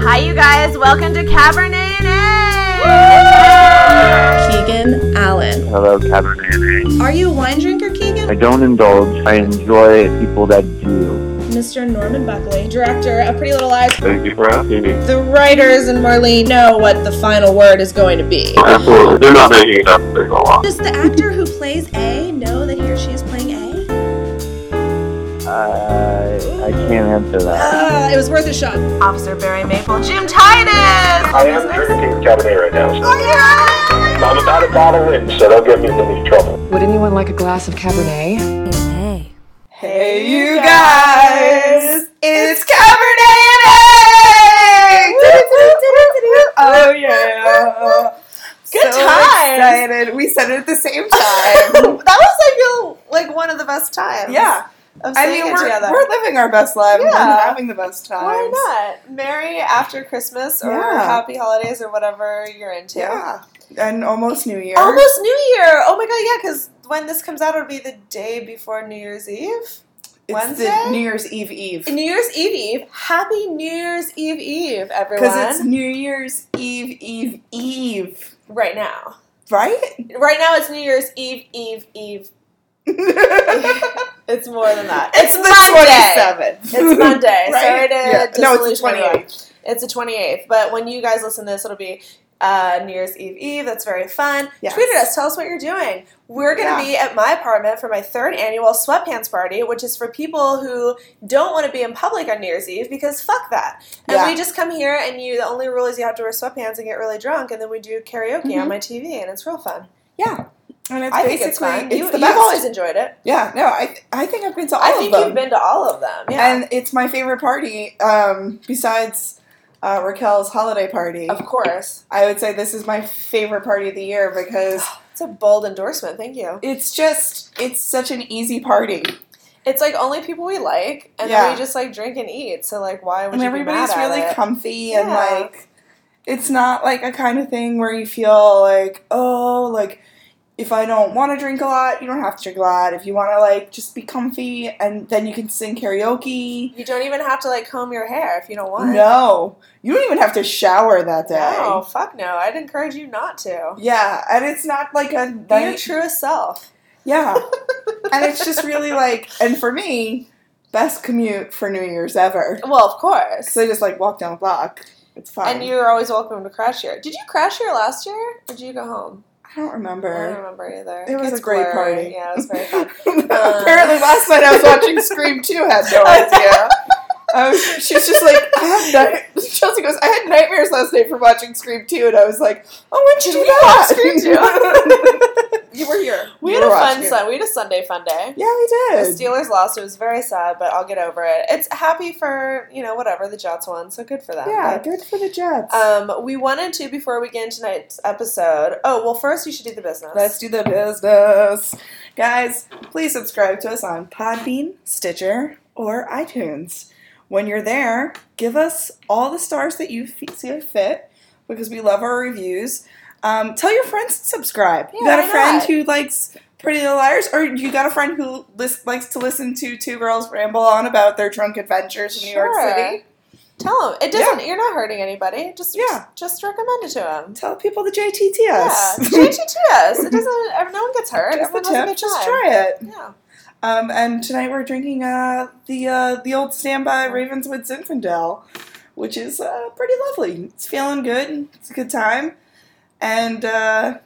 Hi, you guys. Welcome to Cabernet and Egg. Keegan Allen. Hello, Cabernet. Are you a wine drinker, Keegan? I don't indulge. I enjoy people that do. Mr. Norman Buckley, director of Pretty Little Lies. Thank you for asking me. The writers and Marlene know what the final word is going to be. Absolutely. They're not making it up. There's a lot. Does the actor who plays A know that he or she is playing A? I I can't answer that. Uh, it was worth a shot. Officer Barry Maple, Jim Titus. I am drinking Cabernet right now, so Yeah. I'm about a bottle in, so don't get me in any trouble. Would anyone like a glass of Cabernet? Hey, you guys. It's Cabernet and Egg. Oh yeah. Good so times. Excited. We said it at the same time. that was, I feel, like one of the best times. yeah. Of I seeing mean, it we're, together. we're living our best lives. and Yeah. having the best times. Why not? Merry after Christmas or Yeah. happy holidays or whatever you're into. Yeah. And almost New Year. Almost New Year. Oh my god, yeah, because when this comes out, it'll be the day before New Year's Eve. it's Wednesday? the New Year's Eve Eve. New Year's Eve Eve. Happy New Year's Eve Eve, everyone. Because it's New Year's Eve Eve Eve. right now. Right? Right now, it's New Year's Eve Eve Eve. it's It's more than that. the 27th. It's Monday. Sorry Right? to Yeah. No, it's the disillusion everyone. 28th. It's the 28th. But when you guys listen to this, it'll be uh, New Year's Eve Eve. That's very fun. Yes. Tweet at us. Tell us what you're doing. We're going to Yeah. be at my apartment for my third annual sweatpants party, which is for people who don't want to be in public on New Year's Eve because fuck that. And Yeah. we just come here and you, the only rule is you have to wear sweatpants and get really drunk. And then we do karaoke Mm-hmm. on my TV and it's real fun. And it's I basically, think it's fun. you, It's the you've best. always enjoyed it. yeah, no, I, I think I've been to all I of think them. you've been to all of them. Yeah. And it's my favorite party, um, besides uh, Raquel's holiday party. of course. I would say this is my favorite party of the year because It's a bold endorsement. Thank you. it's just it's such an easy party, It's like only people we like, and then Yeah. we just like drink and eat. So like, why would and you everybody's be mad really at it? comfy and Yeah. like it's not like a kind of thing where you feel like oh like if I don't want to drink a lot, you don't have to drink a lot. If you want to like just be comfy and then you can sing karaoke. You don't even have to like comb your hair if you don't want. No, you don't even have to shower that day. no, fuck no. I'd encourage you not to. Yeah, and it's not like a Be night- your truest self. Yeah. and it's just really like, and for me, best commute for New Year's ever. Well, of course. So I just like walk down the block. It's fine. And you're always welcome to crash here. Did you crash here last year? Or did you go home? I don't I don't remember. remember either. It was It's a great blurry. party. Yeah, it was very fun. uh, Apparently, last night I was watching Scream 2, had no idea. I was, she was just like, I had night- Chelsea goes, I had nightmares last night from watching Scream 2. And I was like, oh, when did, Did you we do that? watch you were here. We You had a were fun watching it. Sun. We had a Sunday fun day. Yeah, we The did. Steelers lost. It was very sad, but I'll get over it. It's happy for you know whatever the Jets won, so good for them. yeah, But- good for the Jets. Um, we wanted to before we get into tonight's episode. Oh well, first you should do the business. Let's do the business. Guys, please subscribe to us on Podbean, Stitcher, or iTunes. When you're there, give us all the stars that you f- see fit because we love our reviews. Um, tell your friends to subscribe. you Yeah, got a why friend not? who likes Pretty Little Liars, or you got a friend who lis- likes to listen to two girls ramble on about their drunk adventures in New Sure. York City. Tell them it doesn't. You're not hurting anybody. Just Yeah. just, just recommend it to them. Tell people the JTTS. Yeah, change it to us. It doesn't. ev- No one gets hurt. Just the Everyone has a tip. good Just time. try it. Yeah. Um, and tonight we're drinking uh, the uh, the old standby Ravenswood Zinfandel, which is uh, pretty lovely. It's feeling good. It's a good time, and uh,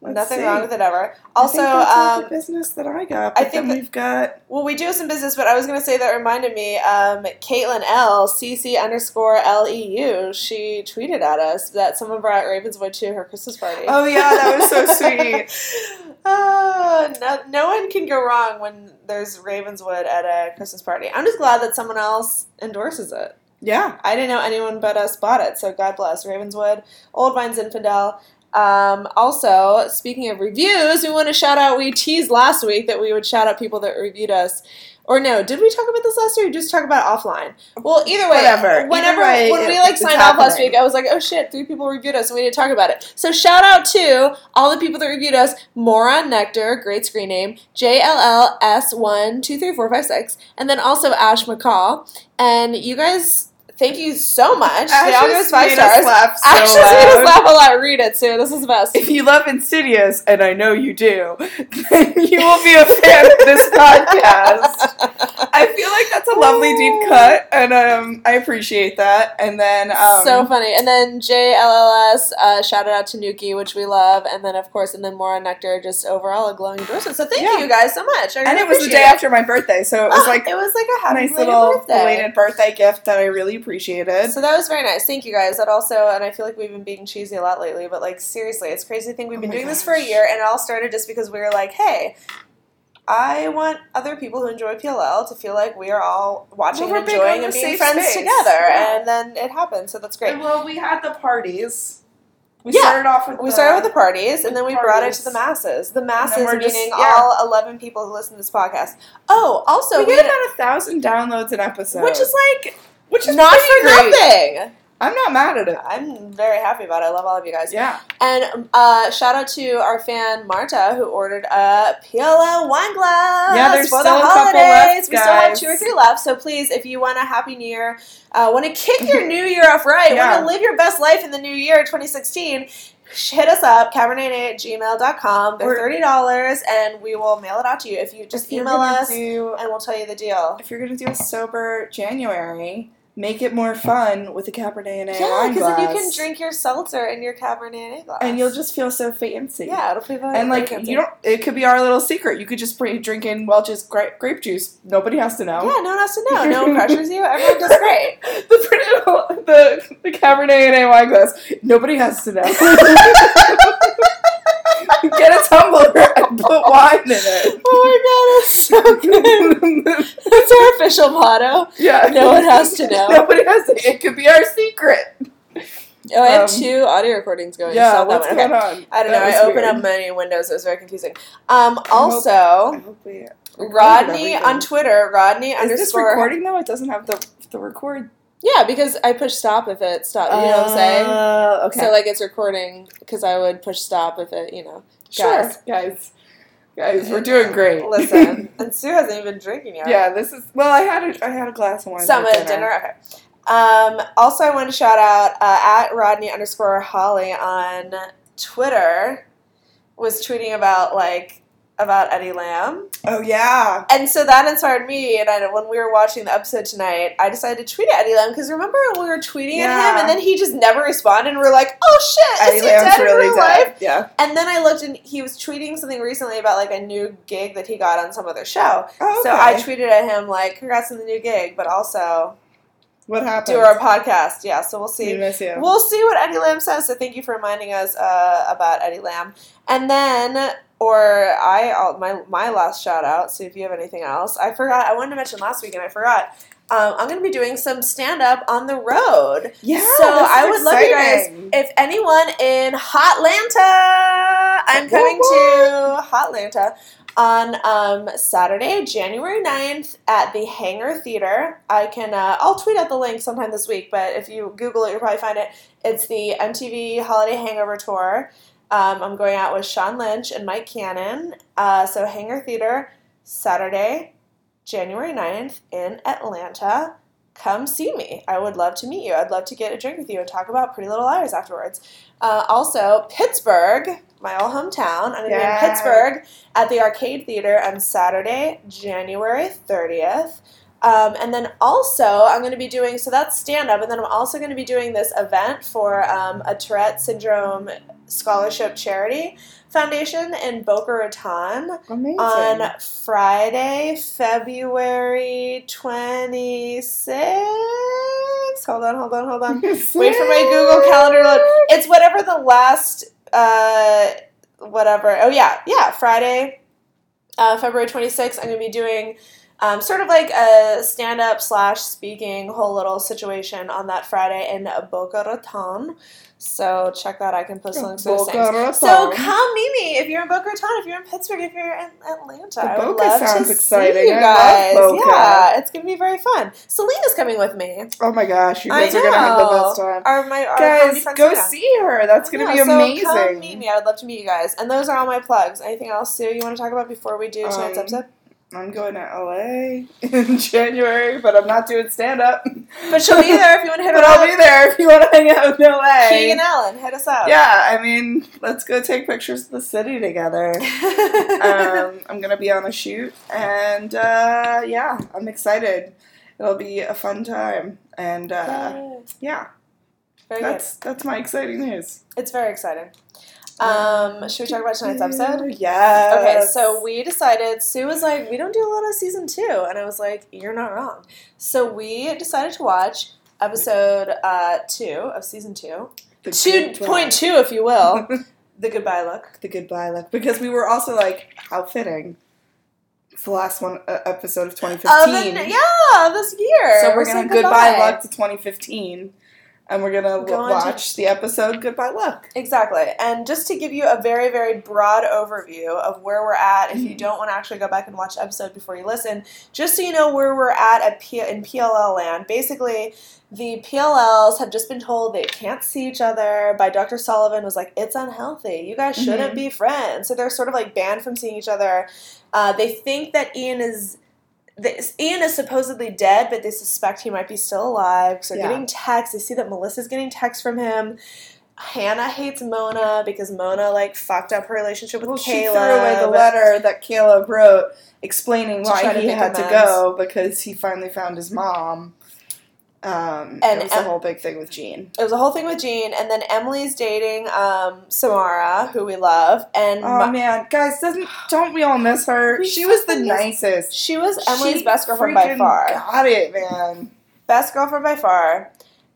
let's Nothing see. wrong with it ever. I Also, think that's all the um, business that I got. I But think then that- we've got well, we do have some business, but I was going to say that reminded me. Um, Caitlin L CC underscore L E U. She tweeted at us that someone brought Ravenswood to her Christmas party. oh yeah, that was so sweet. Oh, no, no one can go wrong when there's Ravenswood at a Christmas party. I'm just glad that someone else endorses it. Yeah, I didn't know anyone but us bought it, so God bless Ravenswood, Old Vines Infidel. Um, also, speaking of reviews, we want to shout out. We teased last week that we would shout out people that reviewed us. Or no, did we talk about this last year? Or just talk about it offline. Well, either way, Whatever. Either whenever way, when we it- like it's signed off last happening. week, I was like, oh shit, three people reviewed us, and we didn't talk about it. So shout out to all the people that reviewed us: Moron Nectar, great screen name, JLLS one two three four five six, and then also Ash McCall. And you guys Thank you so much. they all Ashes give us five made stars. Us laugh so Ashes made loud. us laugh a lot. Read it, Sue. This is the best. If you love Insidious, and I know you do, then you will be a fan of this podcast. I feel like that's a lovely deep cut, and um, I appreciate that. And then, um, so funny. And then JLLS uh, shouted out to Nuki, which we love. And then, of course, and then Mora Nectar, just overall a glowing endorsement. So thank Yeah. you guys so much. I and really it was the appreciate day after my birthday, so it was Ah, like it a was like a happy nice belated little birthday. belated birthday gift that I really appreciated. So that was very nice. Thank you guys. That also, and I feel like we've been being cheesy a lot lately, but like seriously, it's crazy to think we've Oh been my doing this gosh. for a year, and it all started just because we were like, hey. I want other people who enjoy PLL to feel like we are all watching Well, we're and big on enjoying the and being safe friends space. together, Yeah. and then it happened. So that's great. And, well, we had the parties. We Yeah. started off with We the, started with the parties, and with then we brought it to parties. the masses. The then masses we're meaning just- yeah. all eleven people who listen to this podcast. Oh, also, we we get about a thousand downloads an episode, which is like which is not pretty for great. nothing. I'm not mad at it. I'm very happy about it. I love all of you guys. Yeah, And um, uh, shout out to our fan Marta who ordered a PLL wine glass Yeah, there's for still a the couple holidays. left, we still have guys. two or three left, so please, if you want a happy new year, uh, want to kick your new year off right, Yeah. want to live your best life in the new year, 2016. sh- Hit us up, cabernet at gmail.com. They're We're- thirty dollars, and we will mail it out to you. If you just If you're email gonna us, and do- we'll tell you the deal. if you're gonna do a sober January, make it more fun with a Cabernet and a Yeah, wine because then you glass. can drink your seltzer in your cabernet glass, and you'll just feel so fancy. yeah, it'll be very And like very you don't, it could be our little secret. You could just bring, drink in Welch's grape, grape juice. Nobody has to know. Yeah, no one has to know. No one pressures you. Everyone does great. the, pretty- the the Cabernet and a wine glass. Nobody has to know. Get a tumbler and put wine in it. Oh my god, that's so good. That's our official motto. yeah, No one has to know. Nobody has to. It could be our secret. Oh, I have Um, two audio recordings going. Yeah, Stop that what's one. going Okay. on? I don't That know. I was opened weird. up many windows. It was very confusing. Um, hope- also, I hope we- Rodney everything. on Twitter, Rodney Is this underscore. recording though? It doesn't have the the record. Yeah, because I push stop if it stopped. You know what I'm saying? Uh, okay. So like it's recording because I would push stop if it, you know. sure, guys. guys, guys, we're doing great. Listen, and Sue hasn't even been drinking yet. yeah, this is. Well, I had a I had a glass of wine. Some at at dinner. Okay. Um, also, I want to shout out uh, at Rodney underscore Holly on Twitter was tweeting about like about Eddie Lamb, Oh yeah. and so that inspired me. And I, when we were watching the episode tonight, I decided to tweet at Eddie Lamb because remember when we were tweeting at Yeah. him, and then he just never responded, and we are like, oh shit, is Eddie he Lamb's dead in really real dead. life? Yeah. And then I looked, and he was tweeting something recently about like a new gig that he got on some other show. Oh, So okay. I tweeted at him like, congrats on the new gig, but also What happened? do our podcast. Yeah, so we'll We see. miss you. We'll see what Eddie Lamb says. So thank you for reminding us uh, about Eddie Lamb. And then, or I, I'll- my my last shout out. See if you have anything else. I forgot. I wanted to mention last week, and I forgot. Um, I'm going to be doing some stand up on the road. yeah. so this is I would love you guys- exciting. If anyone in Hotlanta, I'm coming to Hotlanta on um, Saturday, January 9th at the Hangar Theater. I can, uh, I'll tweet out the link sometime this week, but if you Google it, you'll probably find it. It's the MTV Holiday Hangover Tour. Um, I'm going out with Sean Lynch and Mike Cannon. Uh, so, Hangar Theater, Saturday, January 9th in Atlanta. Come see me. I would love to meet you. I'd love to get a drink with you and talk about Pretty Little Liars afterwards. Uh, also, Pittsburgh, my old hometown. I'm going to Yay. be in Pittsburgh at the Arcade Theater on Saturday, January 30th. Um, and then also, I'm going to be doing so that's stand up, and then I'm also going to be doing this event for um, a Tourette syndrome scholarship charity foundation in Boca Raton Amazing. on Friday, February 26th. Hold on, hold on, hold on. Wait for my Google Calendar load. It's whatever the last, uh, whatever. Oh, yeah, yeah, Friday, uh, February 26th. I'm going to be doing um, sort of like a stand up slash speaking whole little situation on that Friday in Boca Raton. So check that. I can post links to those things. Boca So Raton. come meet me if you're in Boca Raton, if you're in Pittsburgh, if you're in Atlanta. The I would Boca love sounds to exciting. see you I love guys. Boca. Yeah, it's gonna be very fun. Selena's coming with me. Oh my gosh, you I guys are gonna have the know. best time. Our my our comedy guys, friend go Selena. see her. That's gonna Yeah, be amazing. So come meet me. I would love to meet you guys. And those are all my plugs. Anything else, Sue? You want to talk about before we do tonight's Um, episode? I'm going to LA in January, but I'm not doing stand up. But she'll be there if you want to hit her But I'll up. be there if you want to hang out with LA. Keegan Allen, hit us up. Yeah, I mean, let's go take pictures of the city together. um, I'm gonna be on a shoot, and uh, yeah, I'm excited. It'll be a fun time, and uh, yeah, Very good. that's that's my exciting news. It's very exciting. Um, should we talk about tonight's episode? Yeah. Okay, so we decided, Sue was like, we don't do a lot of season two. And I was like, you're not wrong. So we decided to watch episode uh, two of season two. 2.2, if you will. the Goodbye Look. the goodbye look because we were also like, how fitting. It's the last one uh, episode of 2015. Of the- yeah, of this year. So we're saying gonna goodbye luck to 2015, and we're gonna Go on to- watch the episode Goodbye Luck. Exactly. And just to give you a very, very broad overview of where we're at, if you don't want to actually go back and watch the episode before you listen, just so you know where we're at, at P- in PLL land, basically the PLLs have just been told they can't see each other by Dr. Sullivan was like, it's unhealthy. You guys shouldn't be friends. So they're sort of like banned from seeing each other. Uh, they think that Ian is... This, Ian is supposedly dead, but they suspect he might be still alive. So they're Yeah. getting texts. They see that Melissa's getting texts from him. Hannah hates Mona because Mona like fucked up her relationship with Well, Caleb. she threw away the letter that Caleb wrote explaining To try why to he make had to amends. go because he finally found his mom. Um, And- and it was and- the whole big thing with Gene. It was a whole thing with Jean, and then Emily's dating um, Samara, who we love, and Oh my- man, guys, doesn't don't we all miss her? We She was the fucking miss- nicest. she was Emily's She best girlfriend by freaking far. Got it, man. Best girlfriend by far.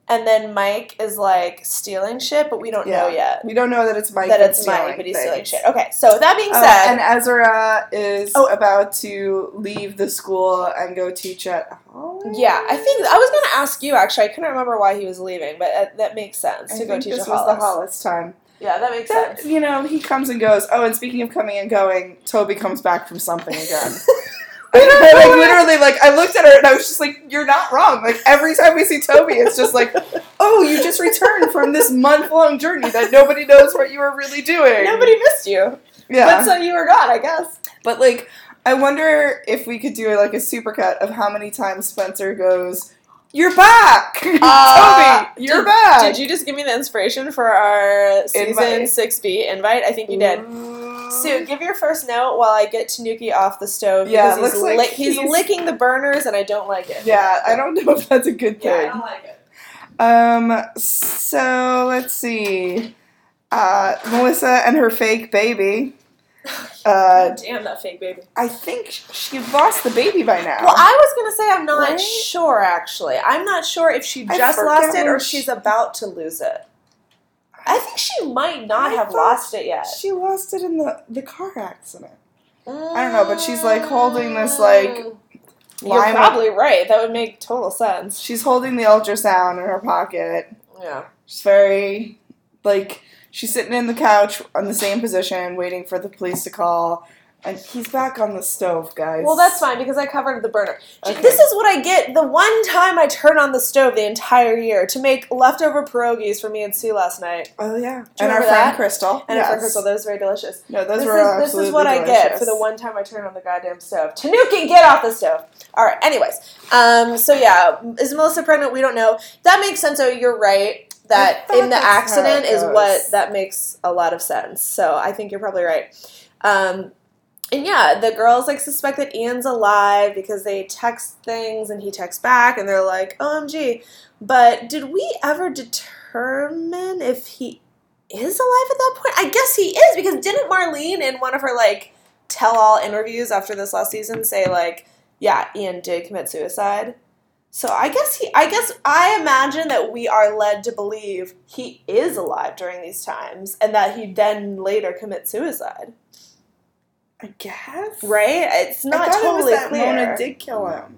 And then Mike is like stealing shit, but we don't know Yeah. yet We don't know that it's Mike. that that's it's stealing Mike, but he's things. stealing shit. Okay, so that being Oh, said, and Ezra is Oh. about to leave the school and go teach at Holland. Yeah, I think I was going to ask you actually. I couldn't remember why he was leaving, but uh, that makes sense to I think go teach this a was the Hollis. Hollis time. Yeah, that makes That, sense. you know, he comes and goes. Oh, and speaking of coming and going, Toby comes back from something again. I like literally, like I looked at her and I was just like, "You're not wrong." Like every time we see Toby, it's just like, "Oh, you just returned from this month-long journey that nobody knows what you were really doing." Nobody missed you, yeah. but so you were gone, I guess. But like, I wonder if we could do like a supercut of how many times Spencer goes, "You're back, Uh, Toby. You're did- back." Did you just give me the inspiration for our season Invite. Mm. six B invite? I think you did. Sue, give your first note while I get Tanuki off the stove. Yeah, because it he's, looks like lick- he's, he's- licking the burners, and I don't like it. Yeah, I don't know if that's a good Yeah, I thing. don't like it. Um, so let's see. Uh, Melissa and her fake baby. Uh, God damn that fake baby. I think she lost the baby by now. Well, I was gonna say I'm not Right? sure. Actually, I'm not sure if she I just forget lost it or when if she- she's about to lose it. I think she might not I have thought lost it yet. she lost it in the, the car accident. I don't know, but she's, like, holding this, like, Mm. You're Lima- probably right. That would make total sense. She's holding the ultrasound in her pocket. Yeah. She's very, like, she's sitting in the couch on the same position, waiting for the police to call. And he's back on the stove, guys. Well, that's fine because I covered the burner. J- Okay. This is what I get the one time I turn on the stove the entire year to make leftover pierogies for me and Sue last night. Oh yeah, Do you and our remember friend that? Crystal. And yes. for Crystal, that was very delicious. No, those this were is, this is absolutely what I get delicious. for the one time I turn on the goddamn stove. Tanuki, get off the stove. All right. Anyways, um, so yeah, is Melissa pregnant? We don't know. That makes sense. Oh, you're right. That I thought in the that's how accident it is goes. what that makes a lot of sense. So I think you're probably right. Um, and yeah, the girls like suspect that Ian's alive because they text things and he texts back, and they're like, "OMG!" But did we ever determine if he is alive at that point? I guess he is because didn't Marlene in one of her like tell-all interviews after this last season say like, "Yeah, Ian did commit suicide." So I guess he. I guess I imagine that we are led to believe he is alive during these times, and that he then later commits suicide. I guess. Right? It's I not thought totally it was that clear. Mona did kill him.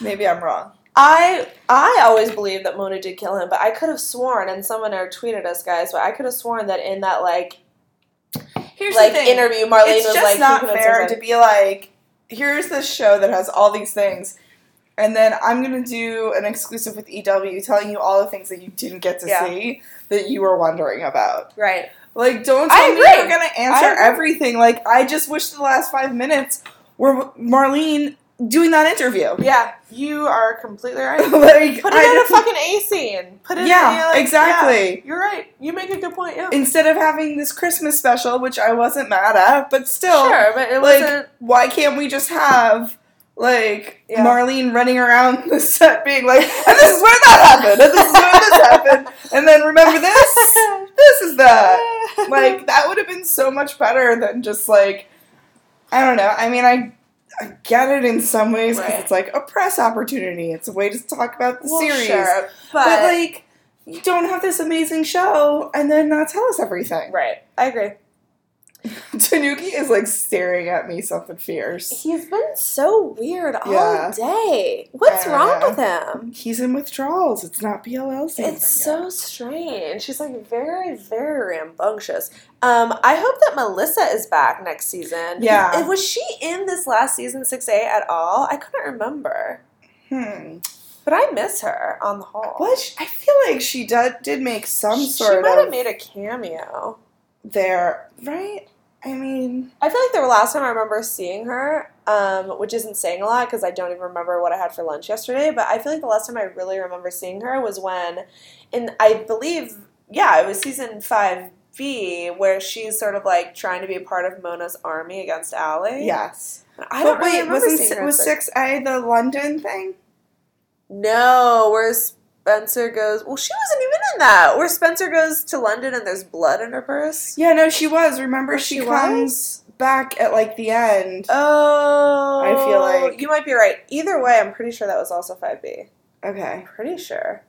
Maybe I'm wrong. I I always believed that Mona did kill him, but I could have sworn, and someone had tweeted us guys, but I could have sworn that in that like Here's like interview, Marlene it's was just like, not "Who commits fair to suicide?" be like, here's this show that has all these things, and then I'm gonna do an exclusive with EW telling you all the things that you didn't get to Yeah. see that you were wondering about. right. Like, don't I tell me agree. you're gonna answer agree. everything. Like, I just wish the last five minutes were Marlene doing that interview. Yeah, you are completely right. like, Put it I in a don't- fucking A scene. Put it Yeah, in a, like, exactly. yeah, you're right. You make a good point. Yeah. instead of having this Christmas special, which I wasn't mad at, but still, sure, but it like, wasn't. why can't we just have like Yeah. Marlene running around the set being like, and this is where that happened, and this is where this happened, and then remember this, this is that. Like that would have been so much better than just like, I don't know. I mean, I. I get it in some ways because Right. it's like a press opportunity. It's a way to talk about the Well, series. sure, but, but, like, you don't have this amazing show and then not tell us everything. right. I agree. Tanuki is like staring at me something fierce. He's been so weird all Yeah. day. What's Yeah. wrong with him? He's in withdrawals. It's not BLL season. It's so strange. He's like very, very rambunctious. Um, I hope that Melissa is back next season. Yeah. And was she in this last season, 6A, at all? I couldn't remember. yet. Hmm. But I miss her on the whole. What? She- I feel like she did, did make some she sort might have of made a cameo. there, right? I mean, I feel like the last time I remember seeing her, um, which isn't saying a lot because I don't even remember what I had for lunch yesterday, but I feel like the last time I really remember seeing her was when, in I believe, yeah, it was season 5B, where she's sort of like trying to be a part of Mona's army against Allie. yes. And I don't but really wait, remember wasn't seeing si- her. was in six A the London thing? No, where Spencer goes. Well, she wasn't even in that. Where Spencer goes to London and there's blood in her purse. Yeah, no, she was. Remember, Oh, she she, was? Uh, comes back at like the end. Oh, I feel like- you might be right. Either way, I'm pretty sure that was also 5B. Okay. Pretty sure.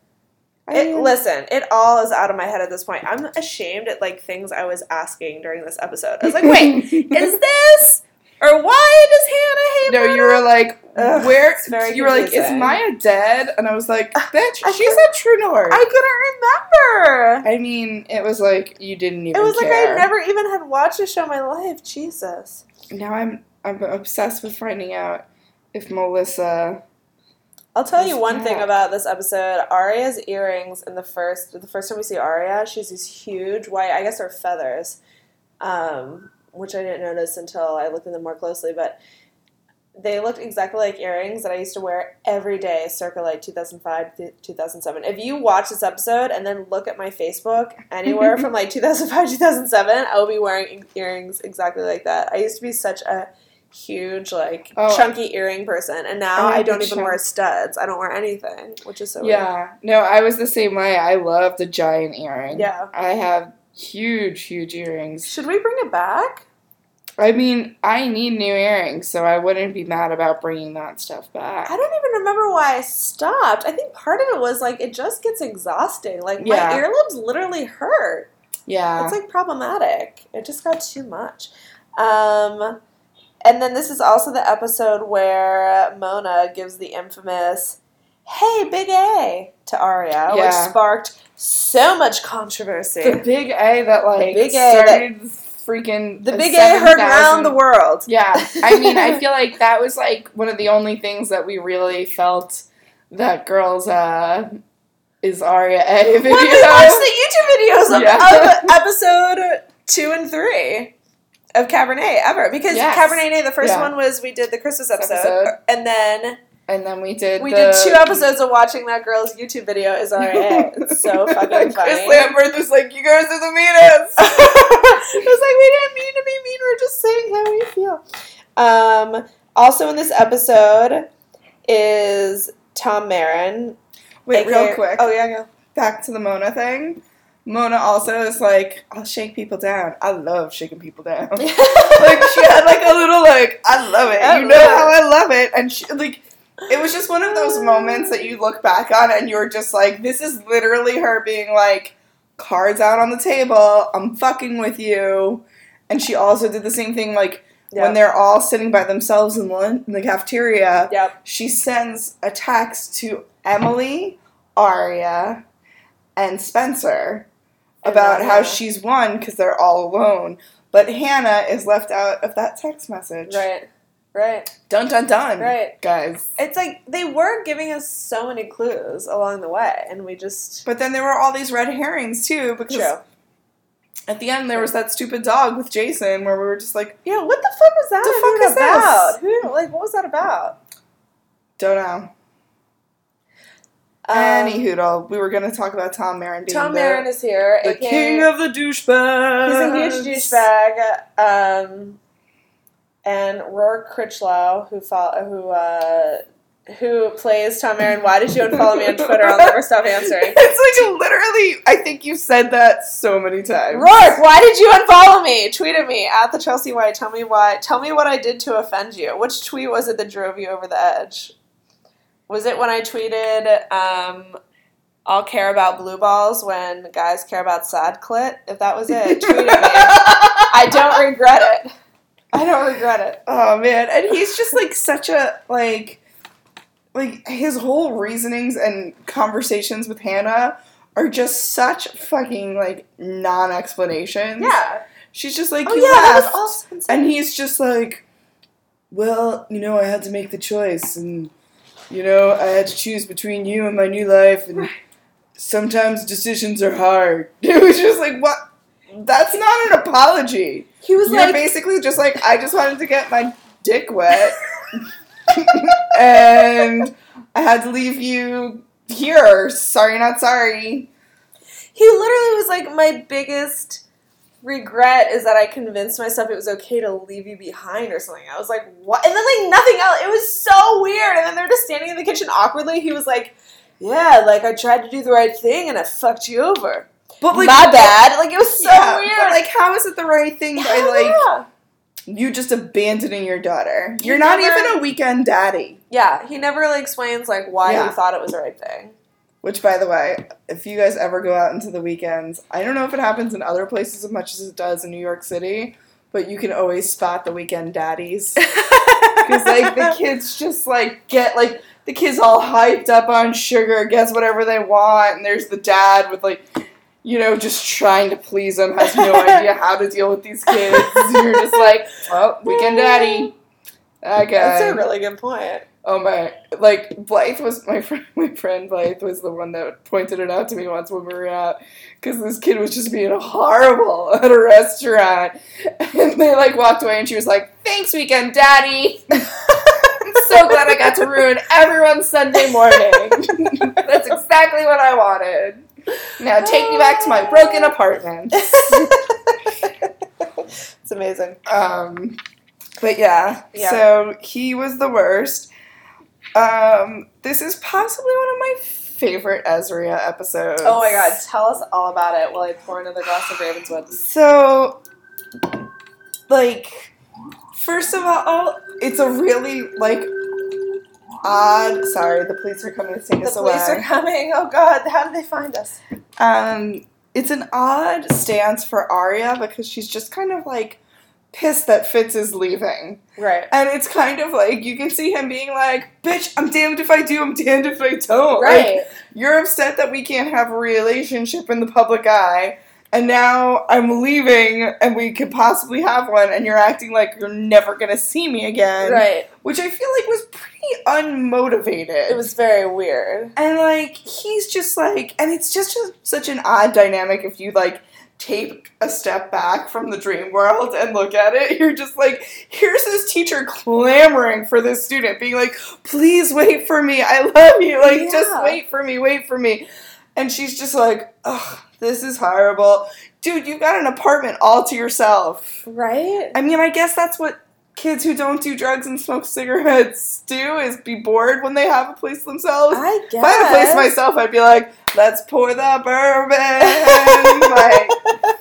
I It, mean, listen, it all is out of my head at this point. I'm ashamed at like things I was asking during this episode. I was like, wait, is this or why does Hannah hate? No, Mona? you were like, Ugh, where? it's very You were like, is confusing. Maya dead? And I was like, bitch, I she's couldn't- a true north. I couldn't remember. I mean, it was like you didn't even. It was like I care. never even had watched a show in my life. Jesus. Now I'm I'm obsessed with finding out if Melissa. I'll tell you Who's one thing that? about this episode. Arya's earrings in the first the first time we see Arya, she's these huge white I guess they're feathers. Um, which I didn't notice until I looked at them more closely, but they looked exactly like earrings that I used to wear every day circa like 2005 to 2007. If you watch this episode and then look at my Facebook anywhere from like 2005 2007, I'll be wearing e-, earrings exactly like that. I used to be such a huge like Oh. chunky earring person and now I like I don't the even wear chunk. studs. I don't wear anything, which is so Yeah, no, I was the same way. I love the giant earring. weird. Yeah. I have huge, huge earrings. Should we bring it back? I mean, I need new earrings, so I wouldn't be mad about bringing that stuff back. I don't even remember why I stopped. I think part of it was like it just gets exhausting. Like Yeah. my earlobes literally hurt. yeah, It's like problematic. It just got too much. Um, and then this is also the episode where Mona gives the infamous "Hey, Big A" to Arya, which Yeah. sparked so much controversy. the big A that like big A that- started freaking The Big A heard round the 7,000 world. Yeah, I mean, I feel like that was like one of the only things that we really felt that girls uh is Aria A video. When we watched the YouTube videos of, Yeah. of episode two and three of Cabernet ever, because Yes. Cabernet Day, the first Yeah. one was we did the Christmas episode, Episode. and then and then we did we the- did two episodes of watching that girl's YouTube video. Is RIA? It's so fucking funny. Chris Lambert was like, "You guys are the meanest." it was like we didn't mean to be mean. We're just saying how we feel. Um, also in this episode is Tom Marin. Wait, aka real quick. Oh yeah, go. Back to the Mona thing. Mona also is like, "I'll shake people down. I love shaking people down." like she had like a little like, "I love it. I you know love how I love it," and she like. It was just one of those moments that you look back on and you're just like, this is literally her being like, cards out on the table, I'm fucking with you. And she also did the same thing like Yep. when they're all sitting by themselves in, lun- in the cafeteria. Yep. She sends a text to Emily, Aria, and Spencer And about not how Hannah. she's won because they're all alone. But Hannah is left out of that text message. Right. Right. Dun dun dun. Right. Guys. It's like they were giving us so many clues along the way, and we just But then there were all these red herrings too because true. At the end, there was that stupid dog with Jason where we were just like, Yeah, what the fuck was that The fuck even is this? about? Who like what was that about? don't know. Um, Any hoodle. We were going to talk about Tom Marin being Tom the, Marin is here. the aka king of the douchebags. He's a huge douchebag. Um, and Rourke Critchlow, who fol- who uh, who plays Tom Aaron. Why did you unfollow me on Twitter? I'll never stop answering. It's like literally, I think you said that so many times. Rourke, why did you unfollow me? Tweet at me at the Chelsea White. Tell me why. Tell me what I did to offend you. Which tweet was it that drove you over the edge? Was it when I tweeted, um, "I'll care about blue balls when guys care about sad clit"? If that was it, tweet at me. I don't regret it. I don't regret it. Oh man, and he's just like such a like like his whole reasonings and conversations with Hannah are just such fucking like non-explanations. Yeah. She's just like Oh you yeah, that was left. awesome. and he's just like well, you know, I had to make the choice and you know, I had to choose between you and my new life and sometimes decisions are hard. It was just like what that's not an apology. He was You're like, basically just like, I just wanted to get my dick wet. and I had to leave you here. Sorry, not sorry. he literally was like, my biggest regret is that I convinced myself it was okay to leave you behind or something. I was like, what? And then like nothing else. It was so weird. And then they're just standing in the kitchen awkwardly. He was like, yeah, like I tried to do the right thing and I fucked you over. But My bad. Like it was so yeah, weird. But like, how is it the right thing Hell by like yeah. you just abandoning your daughter? You You're not never- even a weekend daddy. yeah, he never really explains like why Yeah. he thought it was the right thing. Which, by the way, if you guys ever go out into the weekends, I don't know if it happens in other places as much as it does in New York City, but you can always spot the weekend daddies. Because, like, the kids just, like, get, like, the kids all hyped up on sugar, gets whatever they want, and there's the dad with, like, you know, just trying to please them, has no idea how to deal with these kids. You're just like, well, weekend daddy. Okay. That's a really good point. Oh my! Like Blythe was my friend. My friend Blythe was the one that pointed it out to me once when we were out, because this kid was just being horrible at a restaurant, and they like walked away, and she was like, "Thanks, weekend daddy. I'm so glad I got to ruin everyone's Sunday morning. That's exactly what I wanted. Now take me back to my broken apartment." It's amazing. Um, but yeah, Yeah. so he was the worst. Um, this is possibly one of my favorite Ezria episodes. Oh my god, tell us all about it while I pour another glass of Ravenswood. So, like, first of all, it's a really like odd. Sorry, the police are coming to take The us police away. are coming. Oh god, how did they find us? Um, it's an odd stance for Arya because she's just kind of like pissed that Fitz is leaving. Right. And it's kind of like you can see him being like, "Bitch, I'm damned if I do, I'm damned if I don't." Like, Right. you're upset that we can't have a relationship in the public eye, and now I'm leaving, and we could possibly have one, and you're acting like you're never gonna see me again. right. Which I feel like was pretty unmotivated. It was very weird. And like he's just like, and it's just a, such an odd dynamic if you like take a step back from the dream world and look at it. You're just like, here's this teacher clamoring for this student, being like, please wait for me. I love you. Like just Yeah. wait for me. Wait for me. And she's just like, ugh, this is horrible, dude. You got an apartment all to yourself. Right? I mean, I guess that's what kids who don't do drugs and smoke cigarettes do is be bored when they have a place themselves. I guess. If I had a place myself, I'd be like, let's pour the bourbon. like, oh,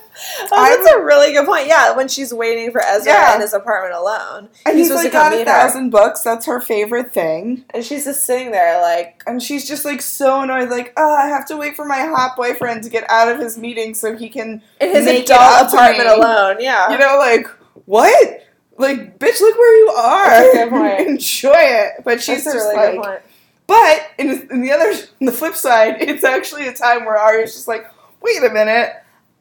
that's a really good point. Yeah, when she's waiting for Ezra Yeah. in his apartment alone. and He's he's, supposed like to come got a meet her. thousand books. That's her favorite thing. And she's just sitting there like, And she's just like so annoyed, like, oh, I have to wait for my hot boyfriend to get out of his meeting so he can, in his Make it up adult to apartment me. alone. Yeah. you know, like, what? Like, bitch, look where you are. That's a good point. Enjoy it. But she's That's a just really like, good point. But in, in the other, in the flip side, it's actually a time where Arya's just like, wait a minute,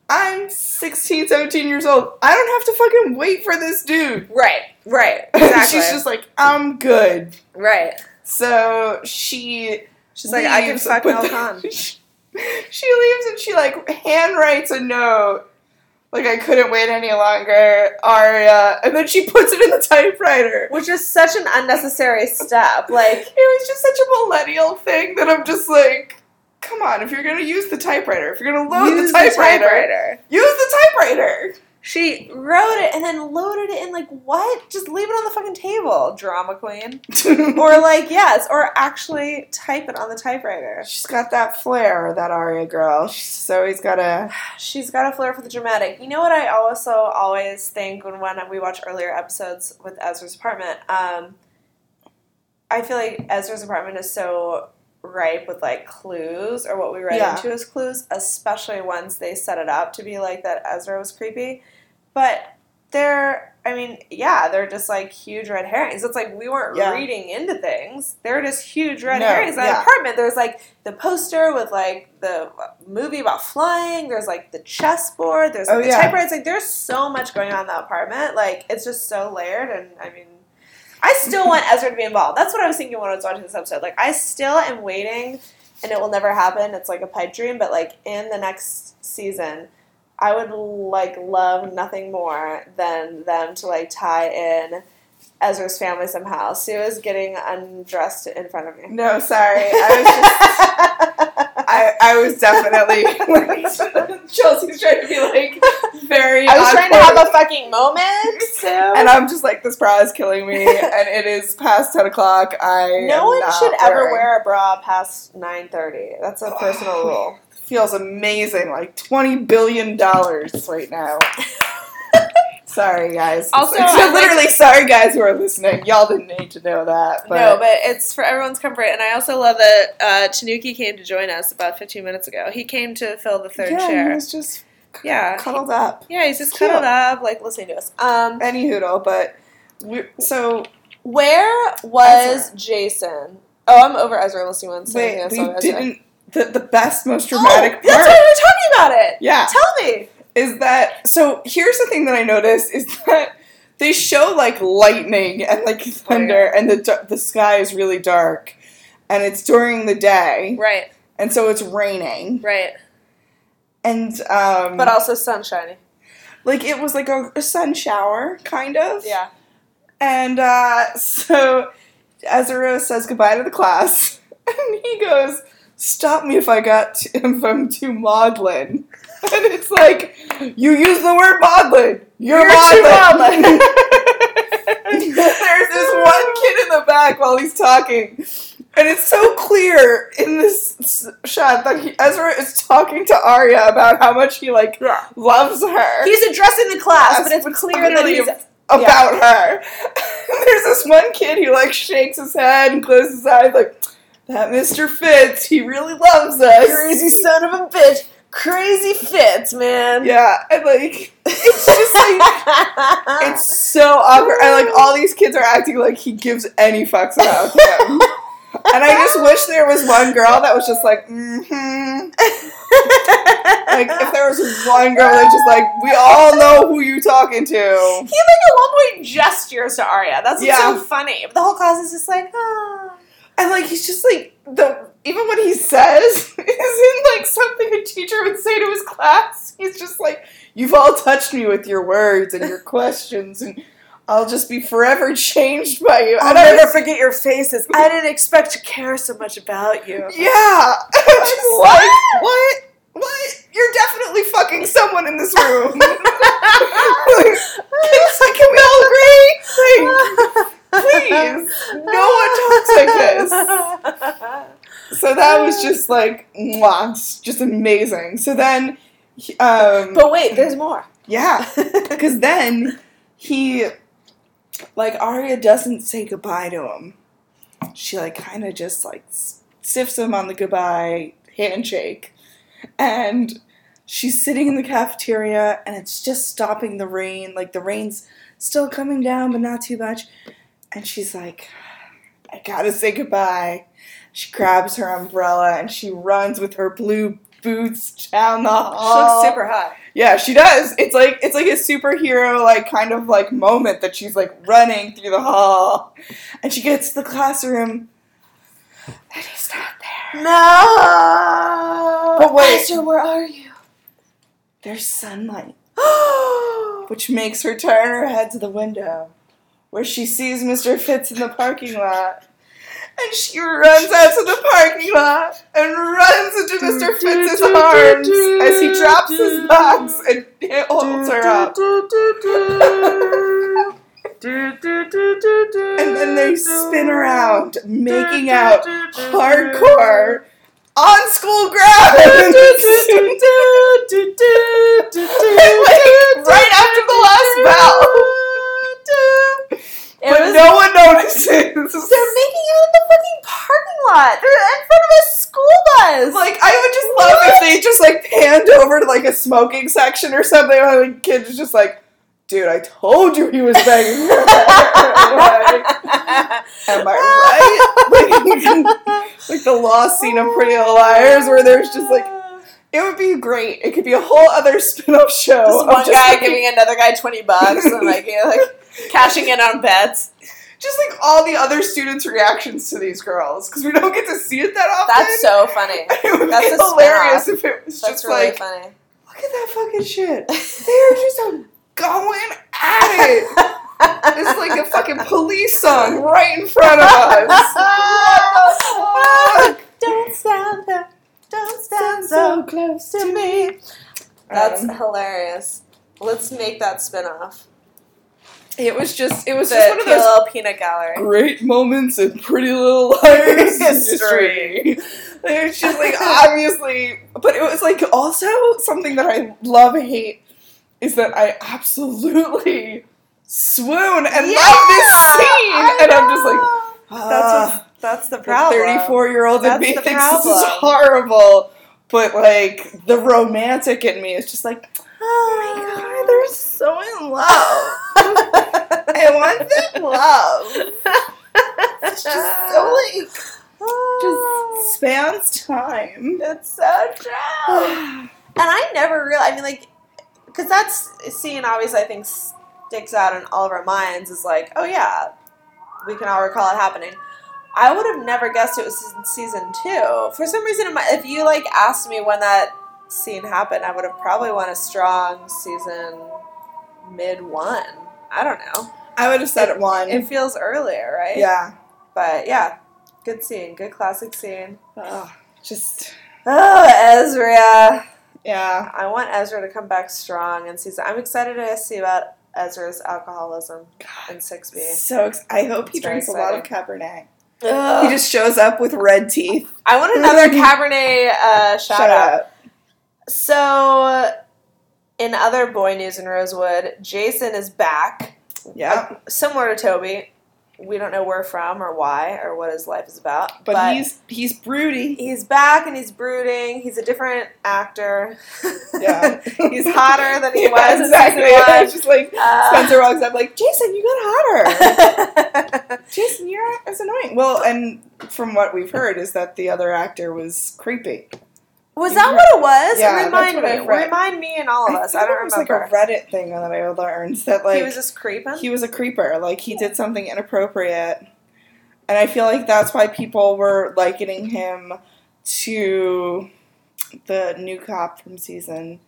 I'm 16, 17 years old. I don't have to fucking wait for this dude. Right, right. And Exactly. She's just like, I'm good. right. So she She's like, I can leaves, fuck but Al then Khan. She, she leaves and she like handwrites a note Like I couldn't wait any longer, Aria. And then she puts it in the typewriter. Which is such an unnecessary step. Like, It was just such a millennial thing that I'm just like, come on, if you're gonna use the typewriter, if you're gonna load use the, typewriter, use the typewriter. She wrote it and then loaded it in. Like, what? Just leave it on the fucking table, drama queen. or like, yes, or actually type it on the typewriter. She's got that flair, that Aria girl. She's always got a She's got a flair for the dramatic. You know what I also always think when, when we watch earlier episodes with Ezra's apartment? Um, I feel like Ezra's apartment is so ripe with like clues or what we read Yeah. into as clues, especially once they set it up to be like that Ezra was creepy. But they're, I mean, yeah, they're just like huge red herrings. It's like we weren't Yeah. reading into things. They're just huge red No, herrings. That yeah. apartment, there's like the poster with like the movie about flying. There's like the chessboard. There's like Oh, the yeah. typewriter. It's like there's so much going on in that apartment. Like it's just so layered. And I mean, I still want Ezra to be involved. That's what I was thinking when I was watching this episode. Like I still am waiting, and it will never happen. It's like a pipe dream. But like in the next season. I would like love nothing more than them to like tie in Ezra's family somehow. Sue is getting undressed in front of me. no. Sorry, I was just I, I was definitely like, Chelsea's trying to be like very. I was on trying to point. have a fucking moment, Sue. and I'm just like this bra is killing me, and it is past ten o'clock. I am no one not Oh should ever wearing- wear a bra past nine thirty. That's a personal rule. Feels amazing, like twenty billion dollars right now. sorry, guys. Also, It's I like- literally sorry, guys who are listening. Y'all didn't need to know that, but, no, but it's for everyone's comfort, and I also love that uh, Tanuki came to join us about fifteen minutes ago. He came to fill the third yeah, chair. he was just yeah, cuddled up. yeah, he's just Cute. cuddled up, like listening to us. Um, Any hoodle, but we so where was Jason? Oh, I'm over Ezra listening one. So wait, I'm we gonna stop Ezra. didn't. The, the best, most Oh, dramatic that's why part. we were talking about it. Yeah. Tell me. is that so here's the thing that I noticed is that they show like lightning and Oh, like thunder and the dar- the sky is really dark and it's during the day Right, and so it's raining right. and um But also sunshiny. like it was like a, a sun shower kind of Yeah. and uh so Ezra says goodbye to the class and he goes stop me if I got t- if I'm too maudlin and it's like you use the word maudlin you're, too maudlin. There's this one kid in the back while he's talking, and it's so clear in this s- shot that he, Ezra is talking to Arya about how much he like loves her, He's addressing the class, but it's clear that clearly he's about her. There's this one kid who like shakes his head and closes his eyes, like that Mr. Fitz. He really loves us. crazy son of a bitch. Crazy fits, man. Yeah, and like it's just like. It's so awkward. And like all these kids are acting like he gives any fucks about him. and I just wish there was one girl that was just like, mm-hmm. Like if there was one girl that just like, we all know who you talking to. he like at one point gestures to Arya. That's what's Yeah. so funny. But the whole class is just like, ah. And like he's just like the even what he says isn't like something a teacher would say to his class. He's just like, You've all touched me with your words and your questions and I'll just be forever changed by you. And I was- forget your faces. I didn't expect to care so much about you. Yeah. Just like, what? What? You're definitely fucking someone in this room. it's like, can we all agree? Like, please. No one talks like this. So that was just like, mwah, just amazing. So then, he- um, But wait, there's more. yeah, because then he, like, Arya doesn't say goodbye to him. She like kind of just like s- stiffs him on the goodbye handshake, and she's sitting in the cafeteria, and it's just stopping the rain. Like the rain's still coming down, but not too much. And she's like, I gotta say goodbye. She grabs her umbrella and she runs with her blue boots down the hall. she looks super hot. Yeah, she does. It's like it's like a superhero like kind of like moment that she's like running through the hall, and she gets to the classroom, and he's not there. No. But wait. Ezra, where are you? There's sunlight which makes her turn her head to the window, where she sees Mr. Fitz in the parking lot. And she runs out to the parking lot and runs into Mr. Fitz's arms as he drops his box and holds her up. And then they spin around, making out hardcore on school grounds. right after the last bell. It but was- no one notices. They're making out in the fucking parking lot. They're in front of a school bus. Like I would just love if they just like panned over to like a smoking section or something. And the kid is just like, "Dude, I told you he was banging." her." like, am I right? Like, like the lost scene of Pretty Little Liars, where there's just like, it would be great. It could be a whole other spin-off show. Just of one Oh, just, guy like, giving another guy twenty bucks and like you know, like cashing in on bets. just like all the other students' reactions to these girls because we don't get to see it that often. That's so funny. it would that's be a spin-off. hilarious if it was That's just really like, funny. look at that fucking shit. They're just a- going at it. It's like a fucking police song right in front of us. What the fuck? Don't stand there. Don't stand so close to me. That's Um, hilarious. Let's make that spin off. it was just it was The just one of those Kill Peanut Gallery. great moments in Pretty Little Liars History. history. Like, It's just like ah, obviously, but it was like also something that I love hate is that I absolutely swoon and love this scene, I and I'm just like, "Ah, know. that's that's, that's the what problem. thirty-four year old in That's me the thinks this is problem. horrible. But like the romantic in me is just like, oh my god, they're so in love. I want that love. It's just so like just spans time. That's so true. And I never really, I mean, like, because that's scene obviously I think sticks out in all of our minds is like, oh yeah, we can all recall it happening. I would have never guessed it was in season two. For some reason, in my, if you like asked me when that scene happened, I would have probably won a strong season mid one. I don't know. I would have said it one. It feels earlier, right? yeah. But yeah, good scene, good classic scene. Ugh, just Oh, Ezra. yeah. I want Ezra to come back strong in season. I'm excited to see about Ezra's alcoholism in six B. So ex- I hope he It's very drinks a lot of Cabernet. He I just shows up with red teeth. want another Cabernet uh, shout, Shut out. up. So, in other boy news in Rosewood, Jason is back, Yeah, similar to Toby. We don't know where from or why or what his life is about, but, he's he's broody. he's back and he's brooding. He's a different actor. Yeah, he's hotter than he Yeah, was exactly. in season one. It's just like Uh, Spencer walks up, like Jason, you got hotter. Uh, Jason, you're as annoying. Well, and from what we've heard is that the other actor was creepy. Was You that were- what it was? Yeah, that's remind what I me. read. Remind me and all of us. I, think don't it was remember. like a Reddit thing that I learned that like he was just creeping. he was a creeper. Like he did something inappropriate, and I feel like that's why people were likening him to the new cop from season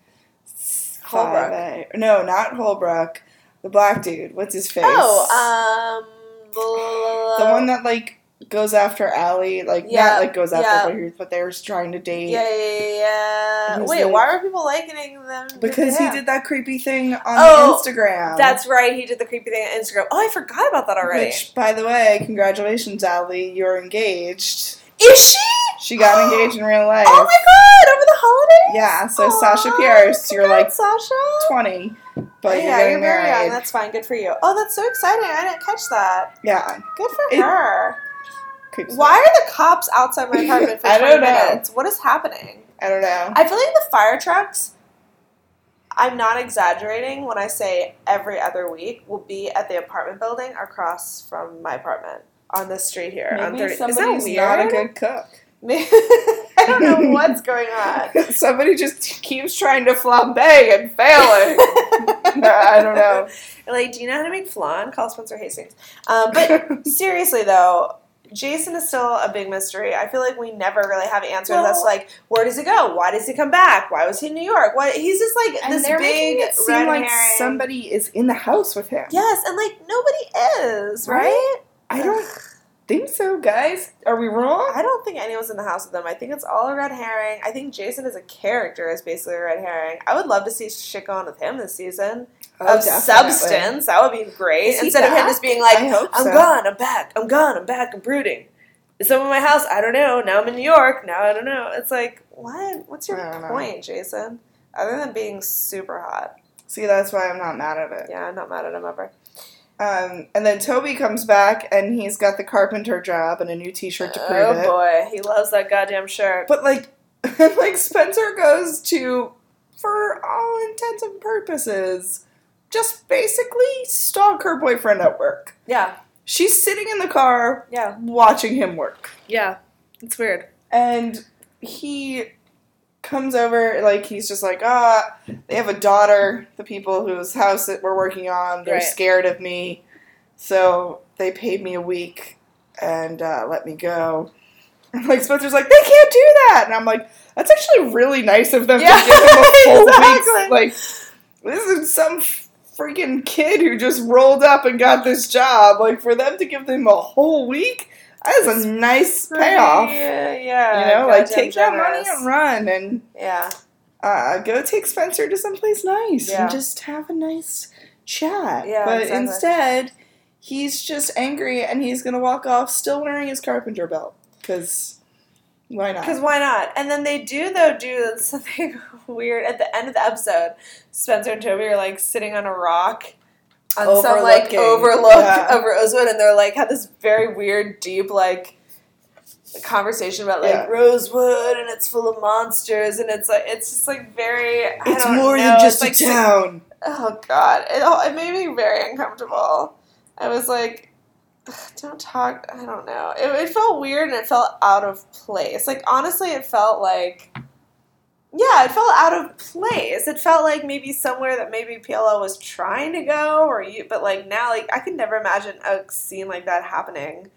Holbrook. five. A. No, not Holbrook. The black dude. What's his face? oh, um, blah, the one that like goes after Allie. Like Yeah, not like goes yeah. after, her, but they were trying to date. yeah, yeah, yeah, yeah. Who's Wait, like- why are people likening them? to Because he him? did that creepy thing on Oh, Instagram. That's right. He did the creepy thing on Instagram. Oh, I forgot about that already. Which, by the way, congratulations, Allie. You're engaged. Is she? She got engaged in real life. Oh my god! Over the holidays. Yeah, so Aw, Sasha Pierce, you're like congrats, Sasha. Oh, 20, but yeah, you're getting you're very young. married. That's fine. Good for you. Oh, that's so exciting! I didn't catch that. yeah. Good for It- her. creeps Why are the cops outside my apartment for I 20 don't know. minutes? What is happening? me. I don't know. I feel like the fire trucks, I'm not exaggerating when I say every other week, will be at the apartment building across from my apartment on this street here. on Maybe 30. Is that somebody's weird? not a good cook. May- I don't know what's going on. Somebody just keeps trying to flambe and failing. I don't know. Like, do you know how to make flan? Call Spencer Hastings. Um, but seriously, though, Jason is still a big mystery. I feel like we never really have answers. No. That's like, where does he go? Why does he come back? Why was he in New York? Why he's just like And this they're big making It seemed red like herring. somebody is in the house with him. Yes, and like nobody is Right? right. I don't think so, guys. Are we wrong? I don't think anyone's in the house with them. I think it's all a red herring. I think Jason as a character is basically a red herring. I would love to see shit going with him this season Oh, of definitely. substance. That would be great. Is he Instead of him back? just being like, I hope "I'm so. gone. I'm back. I'm gone. I'm back. I'm brooding." Is someone in my house? I don't know. Now I'm in New York. Now I don't know. It's like, what? What's your I don't know. point, Jason? Other than being super hot. See, that's why I'm not mad at it. Yeah, I'm not mad at him ever. Um, and then Toby comes back and he's got the carpenter job and a new T-shirt to prove Oh it. boy, he loves that goddamn shirt. But like, like Spencer goes to, for all intents and purposes, just basically stalk her boyfriend at work. Yeah, She's sitting in the car yeah, watching him work, yeah. It's weird. and he comes over like he's just like ah they have a daughter the people whose house that we're working on they're Right. scared of me so they paid me a week and uh, let me go and like spencer's like they can't do that and i'm like that's actually really nice of them Yeah, to give him a full exactly. week's like this is some freaking kid who just rolled up and got this job like for them to give them a whole week that is a nice payoff Yeah, yeah. you know, like Goddamn take Uh, generous. that money and run and Yeah, uh, go take Spencer to someplace nice Yeah. and just have a nice chat. Yeah, but exactly. instead, he's just angry and he's gonna walk off still wearing his carpenter belt because why not? because why not? And then they do though do something weird at the end of the episode. Spencer and Toby are like sitting on a rock on some like Overlooking. overlook Yeah. over Rosewood, and they're like had this very weird, deep like conversation about like Yeah. Rosewood and it's full of monsters, and it's like it's just like very. I it's don't more know, than it's, just like, a sick- town. Oh God, it all, it made me very uncomfortable. I was like, "Ugh, don't talk. I don't know. It, it felt weird and it felt out of place. Like honestly, it felt like, yeah, it felt out of place. It felt like maybe somewhere that maybe PLL was trying to go, or you, but like now, like I could never imagine a scene like that happening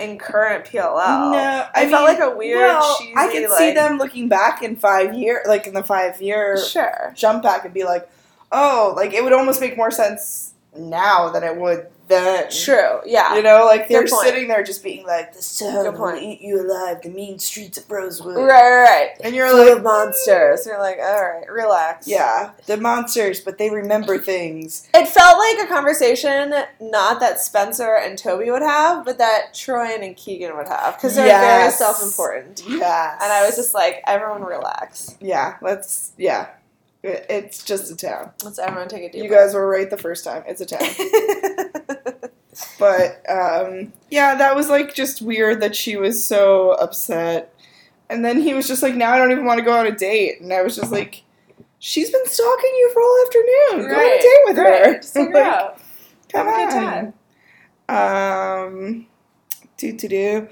in current PLL. no, Oh. I, I, felt mean, like a weird, well, cheesy. I could like, see them looking back in five year, like in the five year Sure. jump back and be like, oh, like it would almost make more sense now than it would then. True. Yeah. You know, like they're Good point. sitting there just being like, "The sun Good will point. eat you alive, the mean streets of Rosewood." Right. Right. right. And you're full like, of monsters. You're like, all right, relax. Yeah, the monsters, but they remember things. It felt like a conversation not that Spencer and Toby would have, but that Troyan and Keegan would have because they're very Yes. self important. Yeah. And I was just like, everyone relax. yeah, let's, yeah. It- It's just a town. Let's everyone take a deep You breath. guys were right the first time. It's a town. But um, yeah, that was like just weird that she was so upset. And then he was just like, now I don't even want to go on a date. And I was just like, she's been stalking you for all afternoon. Go on a Right, date with her. Right, just figure Like, out. Come Have a good on. Um, do to do.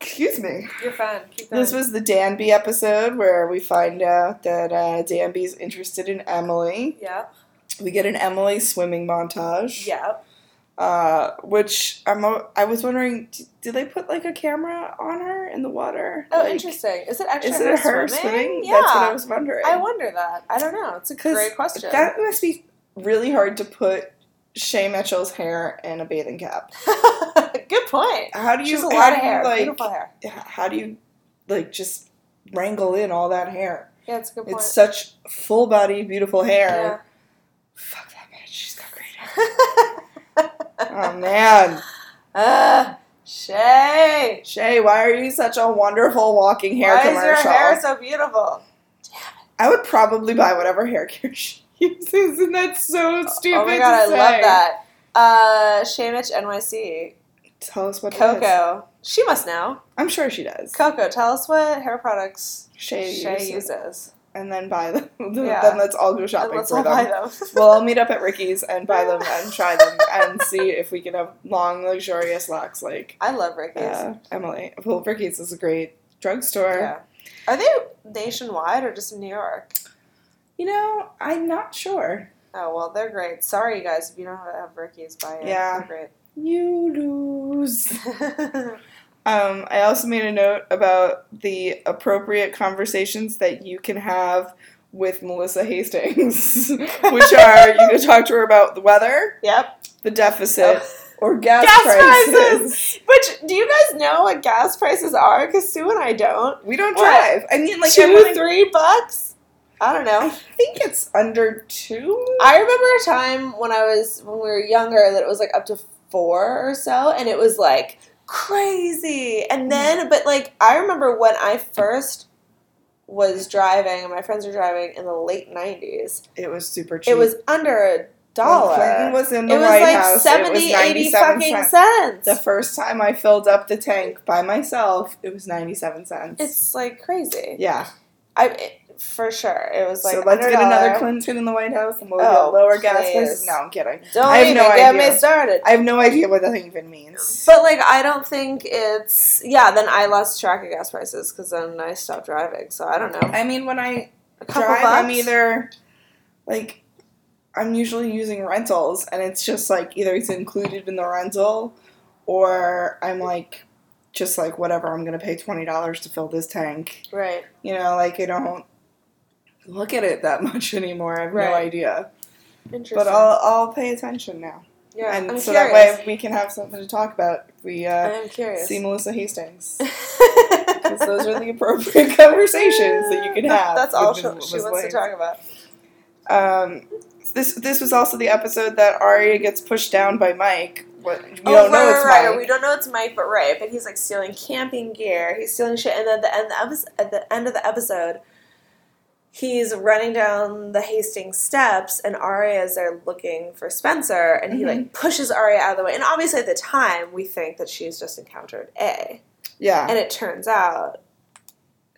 Excuse me. You're fine. Keep going. This was the Danby episode where we find out that uh, Danby's interested in Emily. Yep. We get an Emily swimming montage. Yep. Uh, which I'm. o- I was wondering, d- did they put like a camera on her in the water? Oh, Like, interesting. Is it actually Is it her swimming? Yeah. That's what I was wondering. I wonder that. I don't know. It's a 'Cause great question. That must be really hard to put Shay Mitchell's hair in a bathing cap. good point. How do you? She's a how lot of do you, hair. like, Beautiful hair. h- how do you like just wrangle in all that hair? Yeah, it's a good point. It's such full body, beautiful yeah. hair. Fuck that bitch. She's got great hair. oh man, Ugh, Uh, Shay. Shay, why are you such a wonderful walking hair Why commercial? is your hair so beautiful? I would probably buy whatever hair care she uses, and that's so stupid. oh my god, I to love say. that. Uh, Shamich NYC. Tell us what it is. Coco. She must know. I'm sure she does. Coco, tell us what hair products Shay, Shay uses, uses. and then buy them. Yeah. Then let's all go shopping And let's for all them. buy them. well, I'll meet up at Ricky's and buy them and try them and see if we can have long, luxurious locks like I love Ricky's. uh, Emily. Well, Ricky's is a great drugstore. yeah. Are they nationwide or just in New York? You know, I'm not sure. Oh well, they're great. Sorry, you guys, if you don't have Ricky's, buy it. Yeah. They're great. You booze. Um, I also made a note about the appropriate conversations that you can have with Melissa Hastings, which are you can talk to her about the weather, yep. Oh. the deficit, or gas, Gas prices. prices! Which do you guys know what gas prices are? Because Sue and I don't. We don't What? drive. I mean, like Two, I, wanna- three bucks. I don't know. I think it's under two. I remember a time when I was when we were younger that it was like up to four or so, and it was like crazy. Mm. And then, but like I remember when I first was driving, and my friends were driving in the late nineties. It was super cheap. It was under a When dollar. Clinton was in the it was White like House. seventy, eighty 70, 80 it was 97 fucking cents. cents. The first time I filled up the tank by myself, it was ninety-seven cents. It's like crazy. yeah. I it- for sure. It was like so let's get $100. another Clinton in the White House, and we'll Oh, get lower gas please. prices. No, I'm kidding. Don't I have even no get idea. me started. I have no idea what that even means. But like, I don't think it's yeah. Then I lost track of gas prices because then I stopped driving. So I don't know. I mean, when I A couple drive, bucks. I'm either like I'm usually using rentals, and it's just like either it's included in the rental, or I'm like just like whatever. I'm gonna pay twenty dollars to fill this tank. right. You know, like I don't look at it that much anymore. I have no Right. idea, Interesting. but I'll I'll pay attention now, yeah, and I'm so curious. that way we can have something to talk about. If we uh, I'm curious. see Melissa Hastings. Because those are the appropriate conversations that you can have. That's all she, with Ms. she wants to Williams. talk about. Um, this this was also the episode that Arya gets pushed down by Mike. What we oh, right, don't know it's right, right. Mike. We don't know it's Mike, but right. But he's like stealing camping gear. He's stealing shit, and then at the end of the episode, at the end of the episode, he's running down the Hastings steps, and Arya is there looking for Spencer, and he like pushes Arya out of the way. And obviously, at the time, we think that she's just encountered A, yeah, and it turns out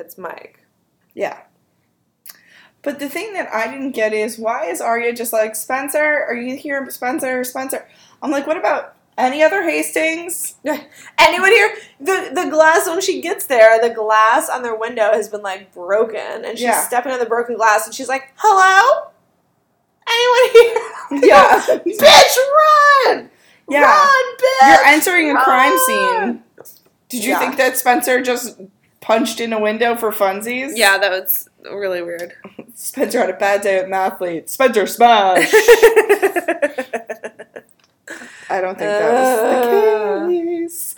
it's Mike. yeah. But the thing that I didn't get is why is Arya just like Spencer? Are you here, Spencer? Spencer? I'm like, what about any other Hastings? Anyone here? The the glass when she gets there, the glass on their window has been like broken, and she's Yeah. stepping on the broken glass, and she's like, "Hello, anyone here?" Yeah, bitch, run! yeah. run, bitch! You're entering a crime Run! scene. Did you Yeah. think that Spencer just punched in a window for funsies? Yeah, that was really weird. Spencer had a bad day at mathlete. Spencer smash. I don't think that was the case.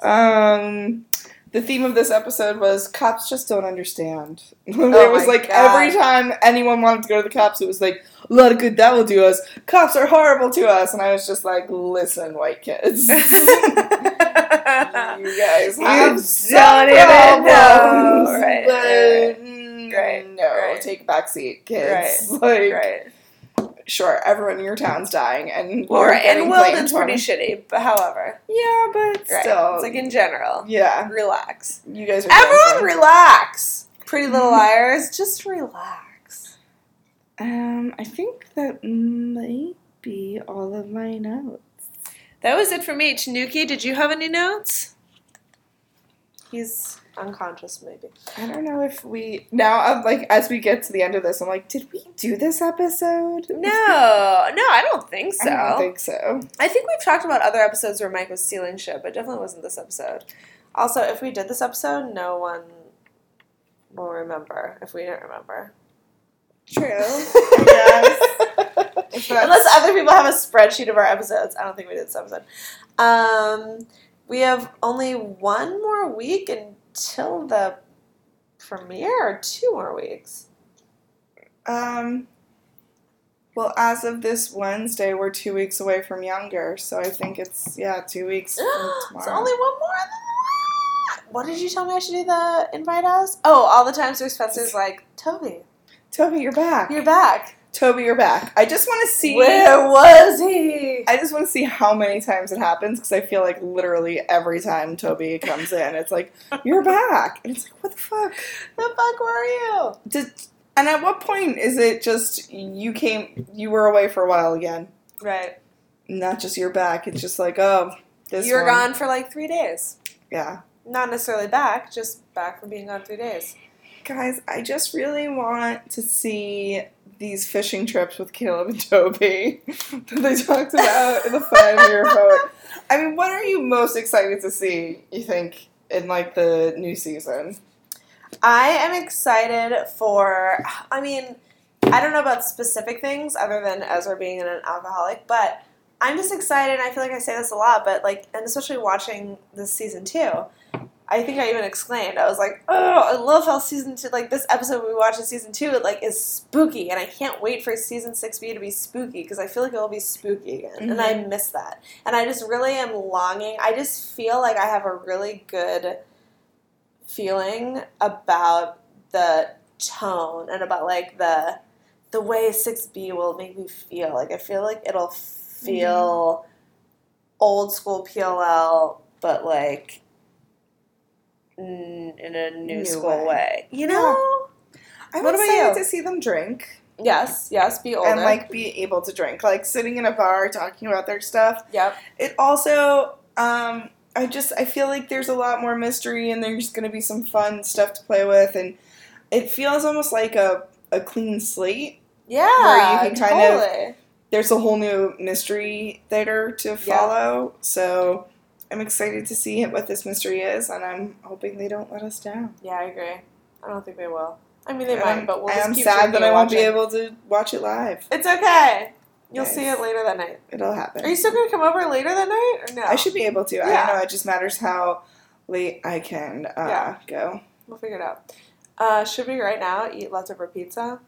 Um, the theme of this episode was cops just don't understand. it was Oh my like God. every time anyone wanted to go to the cops, it was like a lot of good that will do us. Cops are horrible to us, and I was just like, listen, white kids. you guys have don't some even problems, know. Right, but mm, right, right, no, right. take a back seat, kids. Like, sure, everyone in your town's dying, and you're Laura getting and blamed Wilden's for pretty it. shitty, but however, yeah, but right. still, it's like in general, yeah, relax. you guys are Everyone, really. relax. Mm-hmm. Pretty Little Liars, just relax. um, I think that might be all of my notes. That was it for me. Tanuki, did you have any notes? He's unconscious, maybe. I don't know if we now. I'm like, as we get to the end of this, I'm like, did we do this episode? No, no, I don't think so. I don't think so. I think we've talked about other episodes where Mike was stealing shit, but definitely wasn't this episode. Also, if we did this episode, no one will remember if we didn't remember. True. yes. Unless other people have a spreadsheet of our episodes. I don't think we did this episode. Um, we have only one more week until the premiere, or two more weeks. Um, well, as of this Wednesday, we're two weeks away from Younger, so I think it's yeah, two weeks from it's tomorrow. only one more. than- What did you tell me I should do the invite as? Oh, all the times Sir Spencer's like, Toby, Toby, you're back. you're back. Toby, you're back. I just want to see. Where was he? I just want to see how many times it happens because I feel like literally every time Toby comes in, it's like you're back, and it's like what the fuck. The fuck were you? Did, and at what point is it just you came, you were away for a while again? Right. Not just you're back. It's just like oh, this you were one. gone for like three days. Yeah. Not necessarily back, just back from being gone three days. Guys, I just really want to see these fishing trips with Caleb and Toby that they talked about in the five year boat. I mean, what are you most excited to see? You think in like the new season? I am excited for. I mean, I don't know about specific things other than Ezra being an alcoholic, but I'm just excited. I feel like I say this a lot, but like, and especially watching this season two, I think I even exclaimed. I was like, "Oh, I love how season two, like this episode we watched in season two, it like is spooky, and I can't wait for season six B to be spooky because I feel like it will be spooky again, and I miss that. And I just really am longing. I just feel like I have a really good feeling about the tone and about like the the way 6b will make me feel like i feel like it'll feel Mm-hmm. old school pll but like n- in a new, New school way. way. you know I'm What about excited you? Oh, to see them drink yes yes be older and like be able to drink, like sitting in a bar talking about their stuff. yep It also, um, I just I feel like there's a lot more mystery and there's going to be some fun stuff to play with, and it feels almost like a a clean slate. yeah Where you can kind of- totally. There's a whole new mystery there to follow, so. I'm excited to see what this mystery is, and I'm hoping they don't let us down. yeah i agree i don't think they will i mean they And might I'm- but we'll I just am keep sad drinking that I and won't be watching. able to watch it live. it's okay you'll Nice. see it later that night It'll happen. Are you still gonna come over later that night or no? I should be able to. I Yeah. don't know. It just matters how late I can uh, Yeah. go. We'll figure it out. Uh, should we right now eat leftover pizza?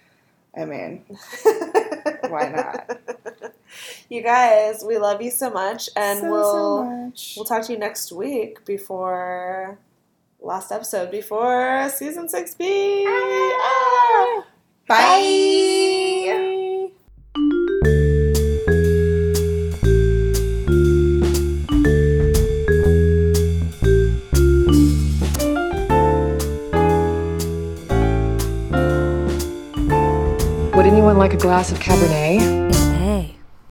I mean, Why not? you guys, we love you so much, and so, so we'll much. we'll talk to you next week before last episode before season six B. Ah! Bye. Would anyone like a glass of Cabernet?